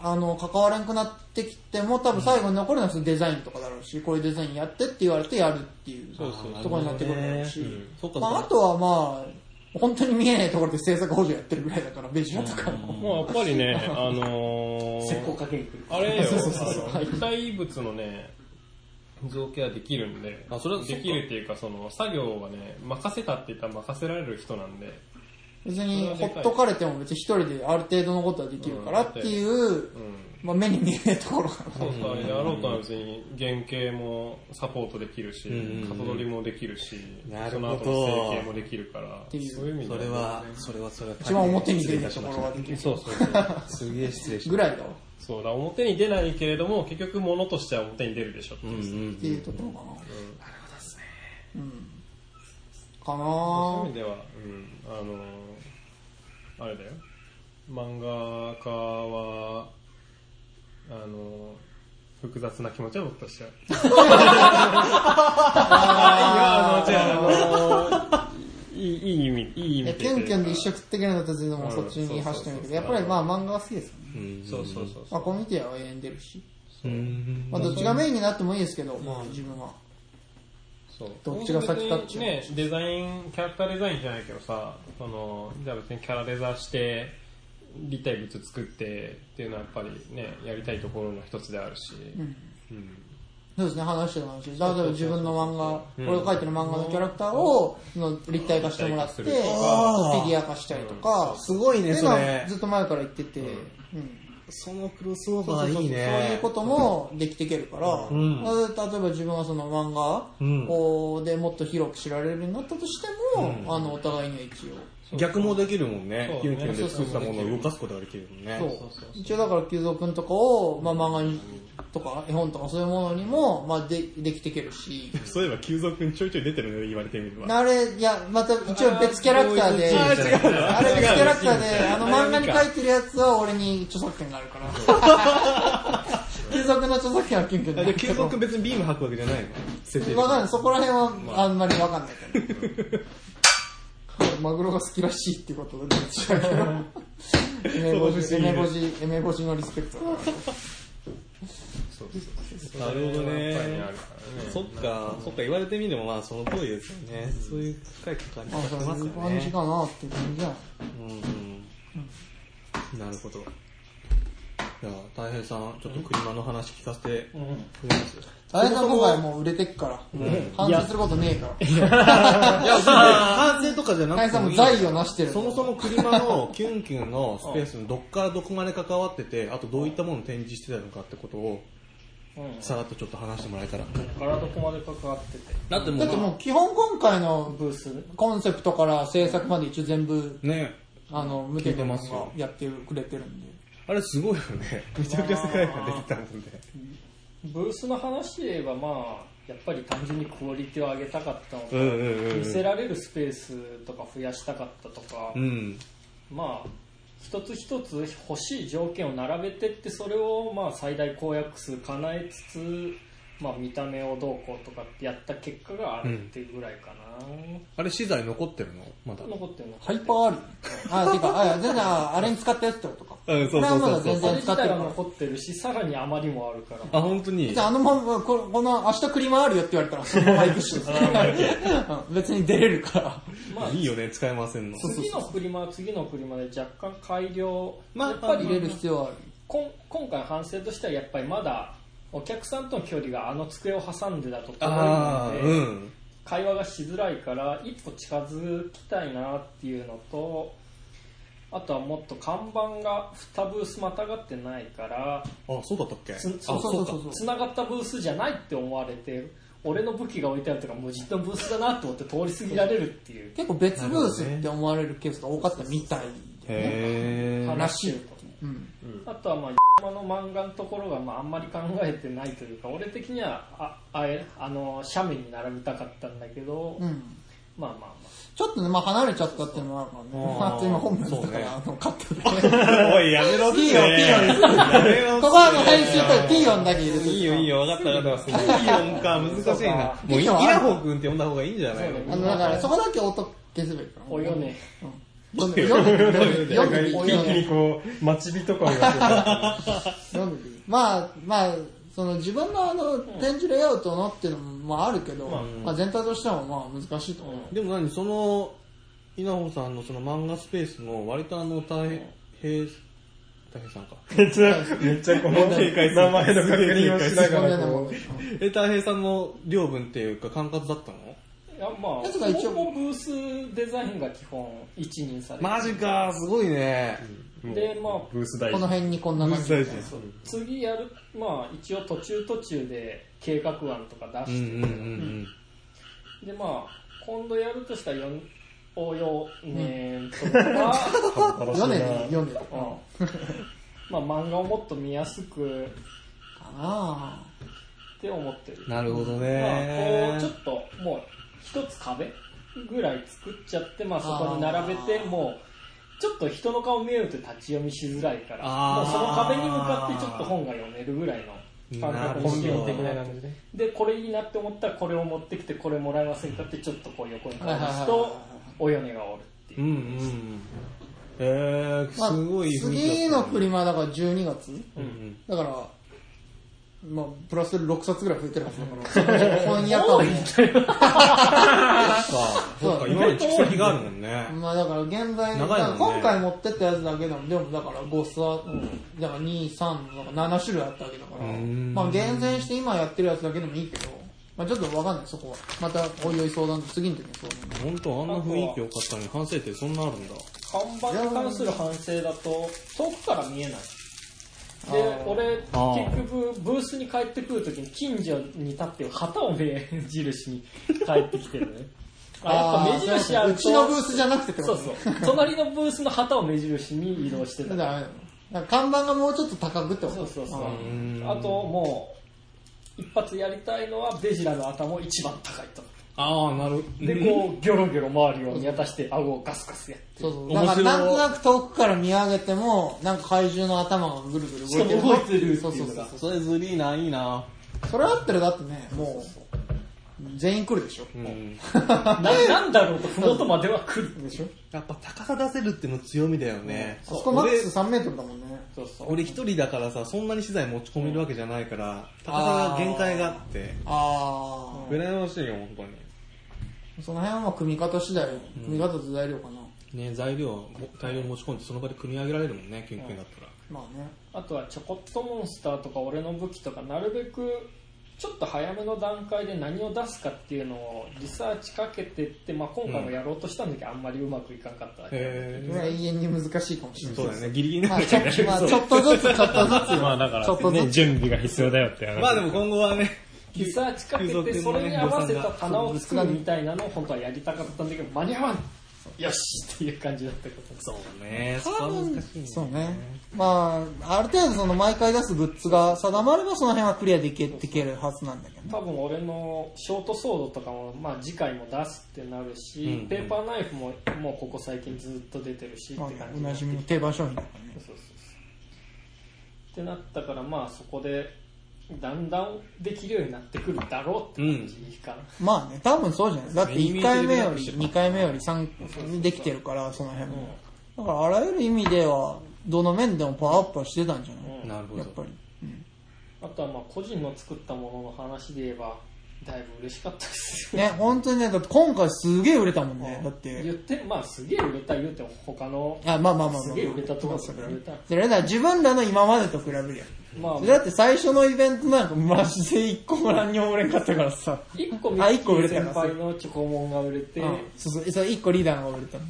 あの、関われなくなってきても、多分最後に残るのはそのデザインとかだろうし、こういうデザインやってって言われてやるっていう
そうそう
ところになってくるだろうし、
そっか
まああとはまあ、本当に見えないところで制作補助やってるぐらいだから、ベジュアとかも。
まあやっぱりね、あの
石膏
ー、
かけに来る。
あれよ、
そうそうそうそう
あの液体物のね、造形はできるんで、
あそれはそうか
できるっていうか、その作業はね、任せたって言ったら任せられる人なんで、
別にほっとかれても別に一人である程度のことはできるからっていう
う、ん。
まあ目に見えないところかな。
そうそう、やろうとは別に原型もサポートできるし、
うん
型取りもできるし、
な
そ
る
の
ほど
後の整形もできるから、
ていう
そういう意味
そ
で
れは
ね、
それはそれは
一番表に出ると
失
こ
礼いた
ろができ
そう
る。
そうそう。
すげえ失礼しま
ぐ
した
らいだろ
そうだ、表に出ないけれども、結局物としては表に出るでしょって
うん
いうう。
ってい
ん
うところかな。
そういう意
か
味では、うん、あの、あれだよ。漫画家は、あの、複雑な気持ちは僕としては。あいや、あの、違う、あの、いいいい意味、いい意味
なえ
っ
キ
ていう
ュ
か
ンキュンで一生食っていけるんだったら全然もう
うん
そっちに走ってみるけど、
そ
や
うそうそう
っぱりまあ漫画は好きですよね。
うん
そうそうそうそ
まあ
う。
コミュニティは永遠に出るし。
うん
まあどっちがメインになってもいいですけど、まあ自分は。
そう
どっちが先かっていう
ね、デザイン、キャラクターデザインじゃないけどさ、その、じゃあ別にキャラデザして、立体物作ってっていうのはやっぱりね、やりたいところの一つであるし、
うん
うん
そうですね、話してる話。だから自分の漫画、
うん
俺が描いてる漫画のキャラクターを、その立体化してもらって、フ
立体
ィギ
化する
あー
ュア化したりとか、
すごい
って
ね
いう
そ
の
れ
はずっと前から言ってて、
ん
うん
そのクロスオー
そう
バ
そうそう
ーいいね
そういうこともできていけるから、
ん
まあ例えば自分はその漫画をでもっと広く知られるようになったとしても、
うん
あのお互いには一応、
逆もできるもんね
そ
キ
う
ュ
ね
ンキュンで作ったものを動かすことができるもんね
そう
そうそう
一応だから久蔵君とかを、まあ、漫画にとか絵本とかそういうものにも、まあ、でできていけるし
そういえば急蔵くんちょいちょい出てるね言われてみれ
あれいやまた一応別キャラクターで
あ
あ
ー違う
れ別キャラクター
違う違
で
う
あの漫画に描いてるやつは俺に著作権があるから久蔵君の著作権はキュンキュンだけ
[laughs] で
ど
急蔵くん別にビーム吐くわけじゃないの設定
わかんない、そこら辺はあんまりわかんないけど。
[laughs]
マグロが好きらしいっていうことで、違う
[laughs]
けど。エメゴジ、エメゴジ、エメゴジのリスペクトだから。
そうそうそう
なるほどね
やっぱりあるからね
そっかそっか言われてみればまあその通りですよねそういう深い関わり
まあ、
方
そう
しますよ
いう感じ
ね
かなっていう感じじゃん。
うんなるほどじゃあ大平さんちょっと車の話聞かせて
うん
くれ [laughs] ます
あれが今回もう売れてっから。反省することねえから。
い [laughs] や、反省とかじゃな
大変
くて
さん
も
も
いい
財を成してる。
そもそも車のキュンキュンのスペースのどっからどこまで関わってて、あとどういったものを展示してたのかってことを、
うん
さらっとちょっと話してもらえたら。
からどこまで関わってて。
だって
だってもう基本今回の
ブース
コンセプトから制作まで一応全部、
ね、
あの、向けて
聞いて
ま
ます
す
よ
やってくれてるんで。
あれすごいよね。めちゃくちゃ世界観出てたもんね。
ブースの話で言えばまあ、やっぱり単純にクオリティを上げたかったのと、
うんうんうん。
見せられるスペースとか増やしたかったとか、
うん。
まあ、一つ一つ欲しい条件を並べてって、それをまあ最大公約数叶えつつ、まあ、見た目をどうこうとかってやった結果があるっていうぐらいかな、
あれ資材残ってるのまだ。
残ってるの
ハイパ
[laughs]
ーアリあ、てか、あ、全然、ああれに使ったやつってことか。
うんそ
こ
う
れ
そ
は
う
ま
そ
だ
うそう
全
それ
然使っ
自
て
体
るか
は
ら。
残ってるしさらに余りもあるから
あ、本当に
じゃあ、あのまま、ここの、明日車あるよって言われたら、そのまま行
[laughs]
くし。 [laughs] うん別に出れるから。
まあ
いいよね、使えませんの。
次の車は次の車で若干改良、
まあ、
や
や
っ
っ
ぱ
ぱ
り
り入れる必要はある。
こん今回反省としてはやっぱりまだお客さんとの距離があの机を挟んでだと遠い
ああ、
ので、
うん。
会話がしづらいから一歩近づきたいなっていうのとあとはもっと看板が2ブースまたがってないから
あ、そうだったっけあ、
つ
そ
そ
う
うそう
か
そう。そう。
つながったブースじゃないって思われて俺の武器が置いてあるとか無人のブースだなと思って通り過ぎられるっていう
結構別ブースって思われるケースが多かったみたいでね。
へー。
話を
うん。
あとはまあ山の漫画のところがまああんまり考えてないというか俺的にはああえあの斜面に並べたかったんだけど、
うん。
まあまあま
ちょっとね、まあ離れちゃったっていうのはあるからね。
あー
まあ、今本名だか
そうね
ら、あの、カットで。
おい、やめろって。
いいよいいよ
やめろって
ここはあの、編集とピーヨンだけ入れて。
いいよ、いい。よ、分かった分かった。ピーヨンか、難しいな。もう、イ
そうか
ラホ君って呼んだ方がいいんじゃないの
そう
あの、だから、そこだけ音消せばいいから。
あおよね
読んで。読んで、読んで、読んで、
一気
読んで
に。こう、待ち人感が出て
まあまあその自分のあの展示レイアウトのっていうのもまああるけど、まあ、全体としてもまあ難しいと思う、
でも何、その、稲穂さんのその漫画スペースの、割とあの、大平、大平さんか。
めっちゃ、めっちゃこの名前の確認をしながらこう。
え、大平さんの量分っていうか、管轄だったの
いやまあ
やつが一応
ほぼブースデザインが基本一任されて
マジか、すごいね。
でまあ
ブース大
この辺にこんな感じ
そう次やるまあ一応途中途中で計画案とか
う
出
んう
し
ん
て、
うんうん。
でまあ今度やるとしたらよん応用ねとか、
[laughs]
読んでね読んでか
うんまあ漫画をもっと見やすく
な
って思ってる
なるほど
まあ、こ
ね
うちょ。っともう一つ壁ぐらい作っちゃって、まあ、そこに並べて
あー
もうちょっと人の顔見えると立ち読みしづらいから
あー
もうその壁に向かってちょっと本が読めるぐらいの感覚にしようと
的
思
な
っ
感じで。
てでこれいいなって思ったらこれを持ってきてこれもらえませんかってちょっとこう横に
はいはい
返
はい
すとお米がおるっていう
うんうんうん。えー、
まあ
すごい雰囲気だったね
次の車だから12月
うんうん
だからまあプラス6冊ぐらい増えてるはずだ
[laughs]
から翻訳はね
か、
そう
そうか、今まで聞き先があるもんね。
まあだから現在、
長いもんね
今回持ってったやつだけでも、でもだから5スワ、だから2、3、なんか7種類あったわけだから、
うん
まあ厳選して今やってるやつだけでもいいけど、まあちょっとわかんない、そこは。またおいおい相談、次の時に相談。
本当あんな雰囲気良かったのに反省点そんなあるんだ。
看板に関する反省だと遠くから見えない
あ
で
ー
俺
あー
結局ブースに帰ってくるときに近所に立って旗を目印に帰ってきて
[laughs]
るねあやっぱ目印あ
あー
る
う
と
ちのブースじゃなくてってこ
そ
と
うそう隣のブースの旗を目印に移動してた
だから、だから看板がもうちょっと高くってこと
そうそうそう
あ
ん
あともう一発やりたいのはベジラの頭一番高いと
ああ、なる。
でこうギョロギョロ周りを見渡して顎をガスガスやって
そうそう。だ
面
か
白い
らなんとなく遠くから見上げても、なんか怪獣の頭がぐるぐる動いてる。
しかも動いてるっていうの
そ
が
うそうそう。
それずりーな、いいな。
それあったらだってね、もう、全員来るでしょ。
うん。
ななんだろうと麓までは来る
でしょ
やっぱ高さ出せるっての強みだよね。
あそこマックス3メートルだもんね。
そうそう
俺一人だからさ、そんなに資材持ち込めるわけじゃないから、高さが限界があって。
ああ、
羨ましいよ、本当
その辺はまあ組み方次第、組み方と材料かな。
に。ね、材料を大量に持ち込んでその場で組み上げられるもんね、研究だったら。
まあね。
あとはちょこっとモンスターとか俺の武器とかなるべくちょっと早めの段階で何を出すかっていうのをリサーチかけてって、まあ、今回もやろうとしたんだけどあんまりうまくいかんかっただけ
これは
へ
永遠に難しいかもしれな
ー。
い。
そうだよね、ギリギ
ま
リな
あ
んだ
ちょ
け
っ
ど
と
ね
まあちょっとずつちょっとずつ。
まあだか
ちょっ
ら、
とずつ
ね、準備が必要だよって話。
まあでも今後はね、
リサーチかけてそれに合わせた棚を作るみたいなのを本当はやりたかったんだけど間に合わんよしっていう感じだったことそう
ねそこは難しいね
そうね。まあ、ある程度その毎回出すグッズが定まればその辺はクリアできるできるはずなんだけどね。
多分俺のショートソードとかも、まあ、次回も出すってなるし、
うん
ペーパーナイフももうここ最近ずっと出てるしって
ま
感
あ
じ
ね
に
お
なっ、て
なじみの定番商品だからね。
そうそうそうってなったからまあそこでだんだんできるようになってくるだろうって感じかな、
まあね、多分そうじゃない。だって
耳
1
テレ
回
ビ
目
だ
よ
と
り
しても
2回目より3、できてるから、その辺も。だからあらゆる意味では、どの面でもパワーアップはしてたんじゃな
なるほ
いやっぱ
ど。
り。
あとはまあ個人の作ったものの話で言えばだいぶ嬉しかったですよ
ね、本当にね、だって今回すげえ売れたもんね。だっ。
言っててまあすげえ売れた言うても他の
あ、まあまあまあまあ。
すげえ売れたとこ
まあ
ろと
そ
比
れ
べたら
それだ、自分らの今までと比べるやん。
まあ
だって最初のイベントなんかマジで一個も何にも売れんかったからさ。
一個ミ
あ
ッ
一
キ
個売
ー
れた
先
な
輩のチョコモンが売れて、
うんそうそう、それ一個リーダーの方が売れたの。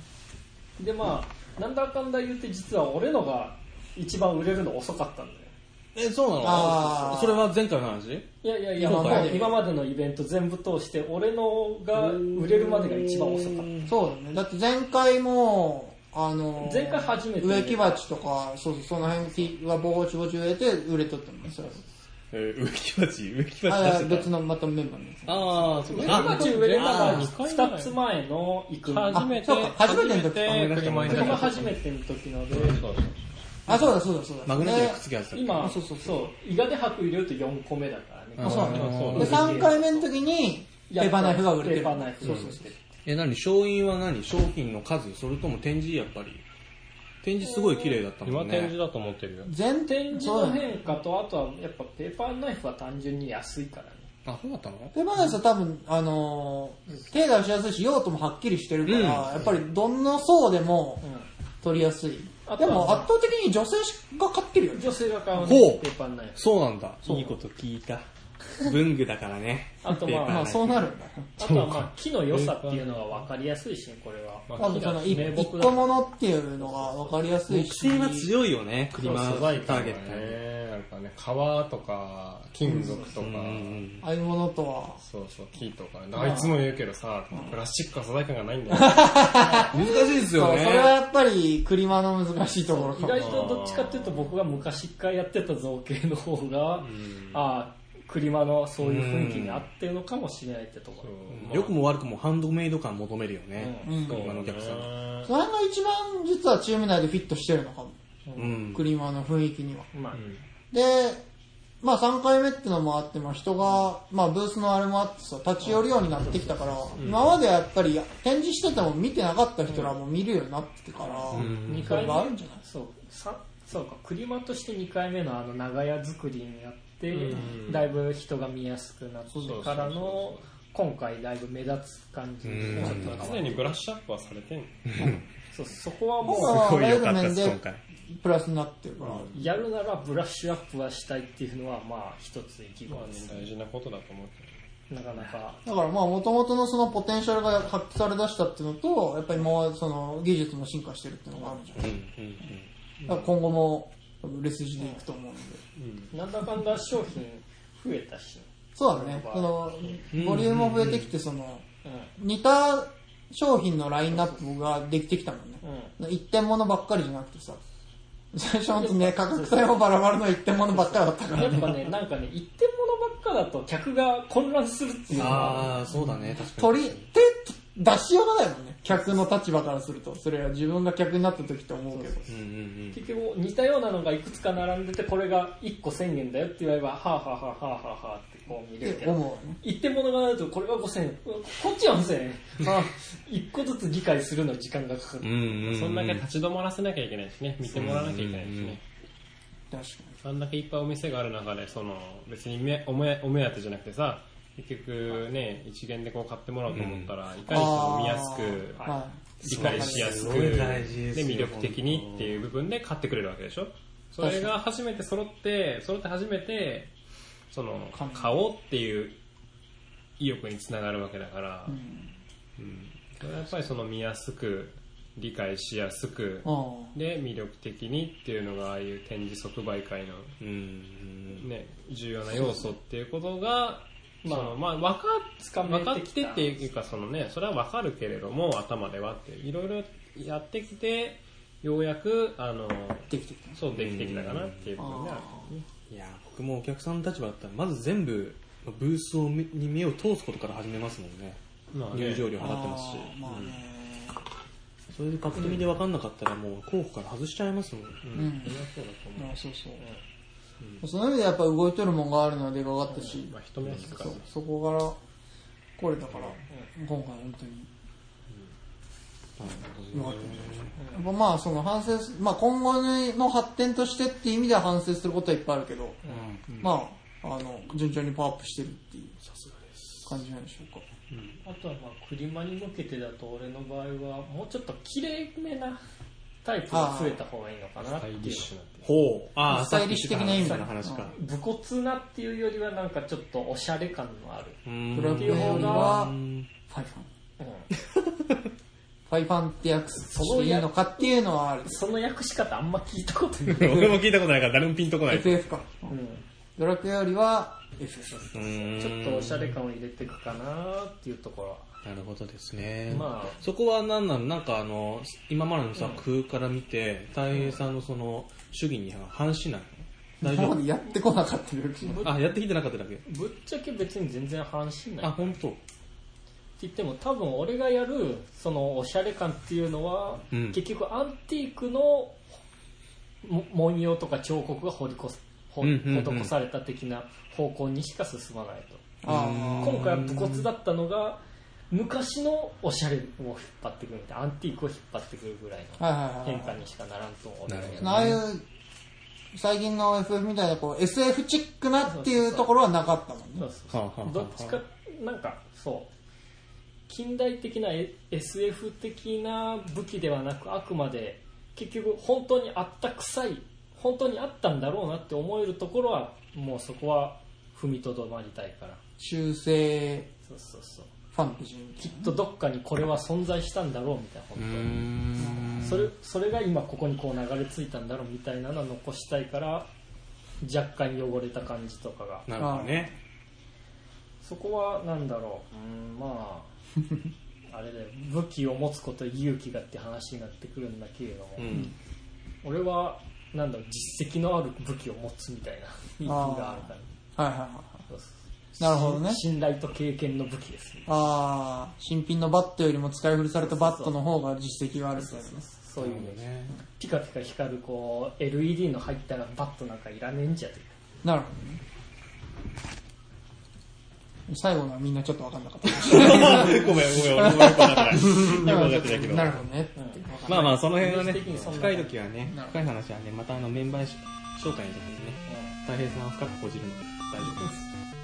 でまあなんだかんだ言って実は俺のが一番売れるの遅かったんだよ
え、そうな
あ
の
ー
それは前回の話
いやいやいや
今
今
ま
ま
で
で今までのイベント全部通して俺のが売れるまでが一番遅かっ
そうだね。だって前回も、あの、
た前回初めて
植木鉢とか、そうそう、その辺はぼちぼち植えて売れとったもんね、そ
[laughs]
れは。
えー、植木鉢、植木
あ
鉢出して
別のまたメンバーのやつ
た。ああ、そう
植木
か。
鉢植えれた
あ
が
ー
2つ前の行く
初めて、
あそうか初めての時
初めて車に
こ
乗っ
れが
た
初めての時ので
あ、そうだそうだそうだ。
マグネットでくっつけやすい。
今
そうそう
伊賀で白入れると4個目だからね
あそうだね
あ
で、3回目の時に、ペーパーナイフが売れて
ペ
る。
ーパーナイフ
そうそうそう。
え、何商品は何商品の数それとも展示やっぱり展示すごい綺麗だったも
今
ん
展
ね
示。だと思ってるよ。
全
展示の変化とあとはやっぱペーパーナイフは単純に安いからね
あ、そうだったの
ペーパーナイフは多分、あのー、手出しやすいし、用途もはっきりしてるから、
うん
やっぱりどの層でも取りやすい。
あと
で
は
も圧倒的に女性が買ってるよね。
女性が買うね
ほう
ペーパーナイフ
そうなんだ。いいこと聞いた。文具だからね。
あとま
ペーパ
あ
ー
まあ
ナイフ
そうなるんだ。
あとはまあ木の良さっていうのが分かりやすいしねこれは
ま
多分その一
名
一
木
個
だ
ものっていうのが分かりやすい
木
し。
製は強いよね、クリマ
素材
ター
感
ゲ
が
ットね。
ね、なんかね、革とか、金属と
う
か、
んうん
ああいうものとは、
そうそう、木とかね。あいつも言うけどさ、プラスチックは素材感がないんだよ。
うん難しいですよ
そう
ね。
それはやっぱりクリマの難しいところ
意
かも
外とどっちかっていうと僕が昔一回やってた造形の方が、ああ車のそういう雰囲気に合ってるのかもしれないってところ、
そう
良くも悪くもハンドメイド感求めるよね。
うん
うん
今のお客さんが。
ん
その辺が一番実はチーム内でフィットしてるのかも、
うん
クリマの雰囲気には
まあ、
でまあ3回目ってのもあって、まあ、人が、まあ、ブースのあれもあってさ立ち寄るようになってきたから、今まではやっぱり展示してても見てなかった人らも見るようになってから、
ん
2
それ
回目
があるんじゃない
そうさそうか車として2回目のあの長屋作りになって、
うん
だいぶ人が見やすくなってから
そうそうそうそ
の今回だいぶ目立つ感じになった
常にブラッシュアップはされてんの
そうそこは
僕
も
は
すごい良かったです、
あらゆる
今
面で
回。
プラスになってるから、
うやるならブラッシュアップはしたいっていうのはまあ一つ意気込
まあ
み
ね
ですね
大事なことだと思うけど。
なかなか
だからまあ元々のそのポテンシャルが発揮されだしたっていうのと、やっぱり今はその技術も進化してるっていうのがあるじゃん。
うんうんうん
だから今後も売れ筋でいくと思うんで。
なんだかんだ商品増えたし、
そうだね。その、ボリュームも増えてきて、その、
う
似た商品のラインナップができてきたもんね。
んうん、
一点物ばっかりじゃなくてさ、最初のね、価格帯もバラバラの一点物ばっかりだったから
やっ
ね。
ぱね、なんかね、一点物ばっかだと客が混乱するっていうのが、
ああ、そうだね、確かに。
取り、手、出しようがないもんね。客の立場からすると。それは自分が客になった時と思うけど。
うんうん
結局似たようなのがいくつか並んでて、これが1個1000円だよって言えば、はあはあはあはあはあはあってこう見れる
って
け
思う
ど、
わね。
一点物がないとこれは5000円、こっちは5000円、 [laughs] あ1個ずつ理解するのに時間がかか
う
る。
んうんうん。
そんだけ立ち止まらせなきゃいけないしね、見てもらわなきゃいけないしね。
確かに。
あんだけいっぱいお店がある中で、その、別にめおめお目当てじゃなくてさ、結局ね、一元でこう買ってもらおうと思ったら、いかにこう見やすく、
は
理解しやすく、
すごい大事ですよ
魅力的にっていう部分で買ってくれるわけでしょそれが初めて揃って、揃って初めて、その
買う、
買おうっていう意欲につながるわけだから、
い。う。
うんそれはやっぱりその見やすく、理解しやすく、
うん
で、魅力的にっていうのが、ああいう展示即売会の
うんうん。
ね、重要な要素っていうことが、まあ、まあ、分か
つかめ
分かって
きた
てっていうか、そのね、それは分かるけれども、頭ではって、いろいろやってきて、ようやく、あの、
できてきた。
そう、できてきたかなっていう部分である。
いや、僕もお客さんの立場だったら、まず全部、ブースを見に目を通すことから始めますもんね。
まあね
入場料払ってますし。
あーまあね。
それで書き込みで分かんなかったらもう候補から外しちゃいますもん。
う
うんん
それはそうだと思う
あそうそう。その意味でやっぱ動いてるもんがあるのはでかかったし、
まあ、人目は引くから
そう
[laughs] ね。
そこからこれだから、今回本当に良かったんじゃないでしょうかやっぱまあその反省す、まあ、今後の発展としてっていう意味では反省することはいっぱいあるけど、まああの順調にパワーアップしてるっていう感じなんでしょうか
あとはまあ車に向けてだと俺の場合はもうちょっと綺麗めなタイプが増えた方がいいのか
ス
なっ
タ
て
イ
いう
リッシュなって。
ほう。ああ、
スタイリッシュ的な意味
さっき言ってた話か。
武骨なっていうよりはなんかちょっとおしゃれ感のある、
うん
プロフィールよりはファイファン
うん
フ
[laughs]
ァイファンって訳すしていいのかっていうのはある
その訳し方あんま聞いたことない、
俺も聞いたことないから誰もピンとこない。
FF かドラクエよりは FF
ち
ちょっとおしゃれ感を入れていくかなっていうところは
なるほどですね。
まあ
そこは何なのなんかあの、今までの作から見て、大平さんのその、主義に反しないの大
今
丈
までやってこなかったよ
夫あ、やってきてなかっただけ。
ぶっちゃけ別に全然話しない
あ、
って
本当。
言っても多分俺がやるそのおしゃれ感っていうのは、
うん
結局アンティークのも文様とか彫刻が施すほ
うんうんうん
施された的な方向にしか進まないと、
あ
今回は武骨だったのが昔のおしゃれを引っ張ってくるみたいなアンティークを引っ張ってくるぐらい
あ
の
はいはいはい
変化にしかならんと思う
なるほど
ああいう最近の FF みたいなこう SF チックなっていうところはなかったもん
そ
ね
うそうそう
はあはあはあ
どっちかなんかそう近代的な A- SF 的な武器ではなくあくまで結局本当にあった臭い本当にあったんだろうなって思えるところはもうそこは踏みとどまりたいから
中世
そうそうそう
ファンタジーみた
き
い
っとどっかにこれは存在したんだろうみたいな本
う
当
ー
に。
ん。
それそれが今ここにこう流れ着いたんだろうみたいなのは残したいから若干汚れた感じとかが
なるほどね。
そこはなんだろううんま
[laughs]
ああれだよ武器を持つことに勇気がって話になってくるんだけれども、
うん。
俺はなんだろう実績のある武器を持つみたいな意気があるか
な
ら
はいはいはいはい
そうそう
なるほどね
信頼と経験の武器ですね
ああ新品のバットよりも使い古されたバットの方が実績があるみたいなね
そういう意味で
ね。
ピカピカ光るこう LED の入ったらバットなんかいらねえんじゃという
なるほどね最後のはみんなちょっと分かんなかった
ごめんごめん、俺もよくわ
[laughs]
かってない。よくわかってないけど。
なるほどね
まあまあ、その辺はね、
イメージ的にそんな
深い時はね
なる、ほど
深い話はね、またあの、メンバー紹介の時にね、大平さんは深くこじるので大丈夫です。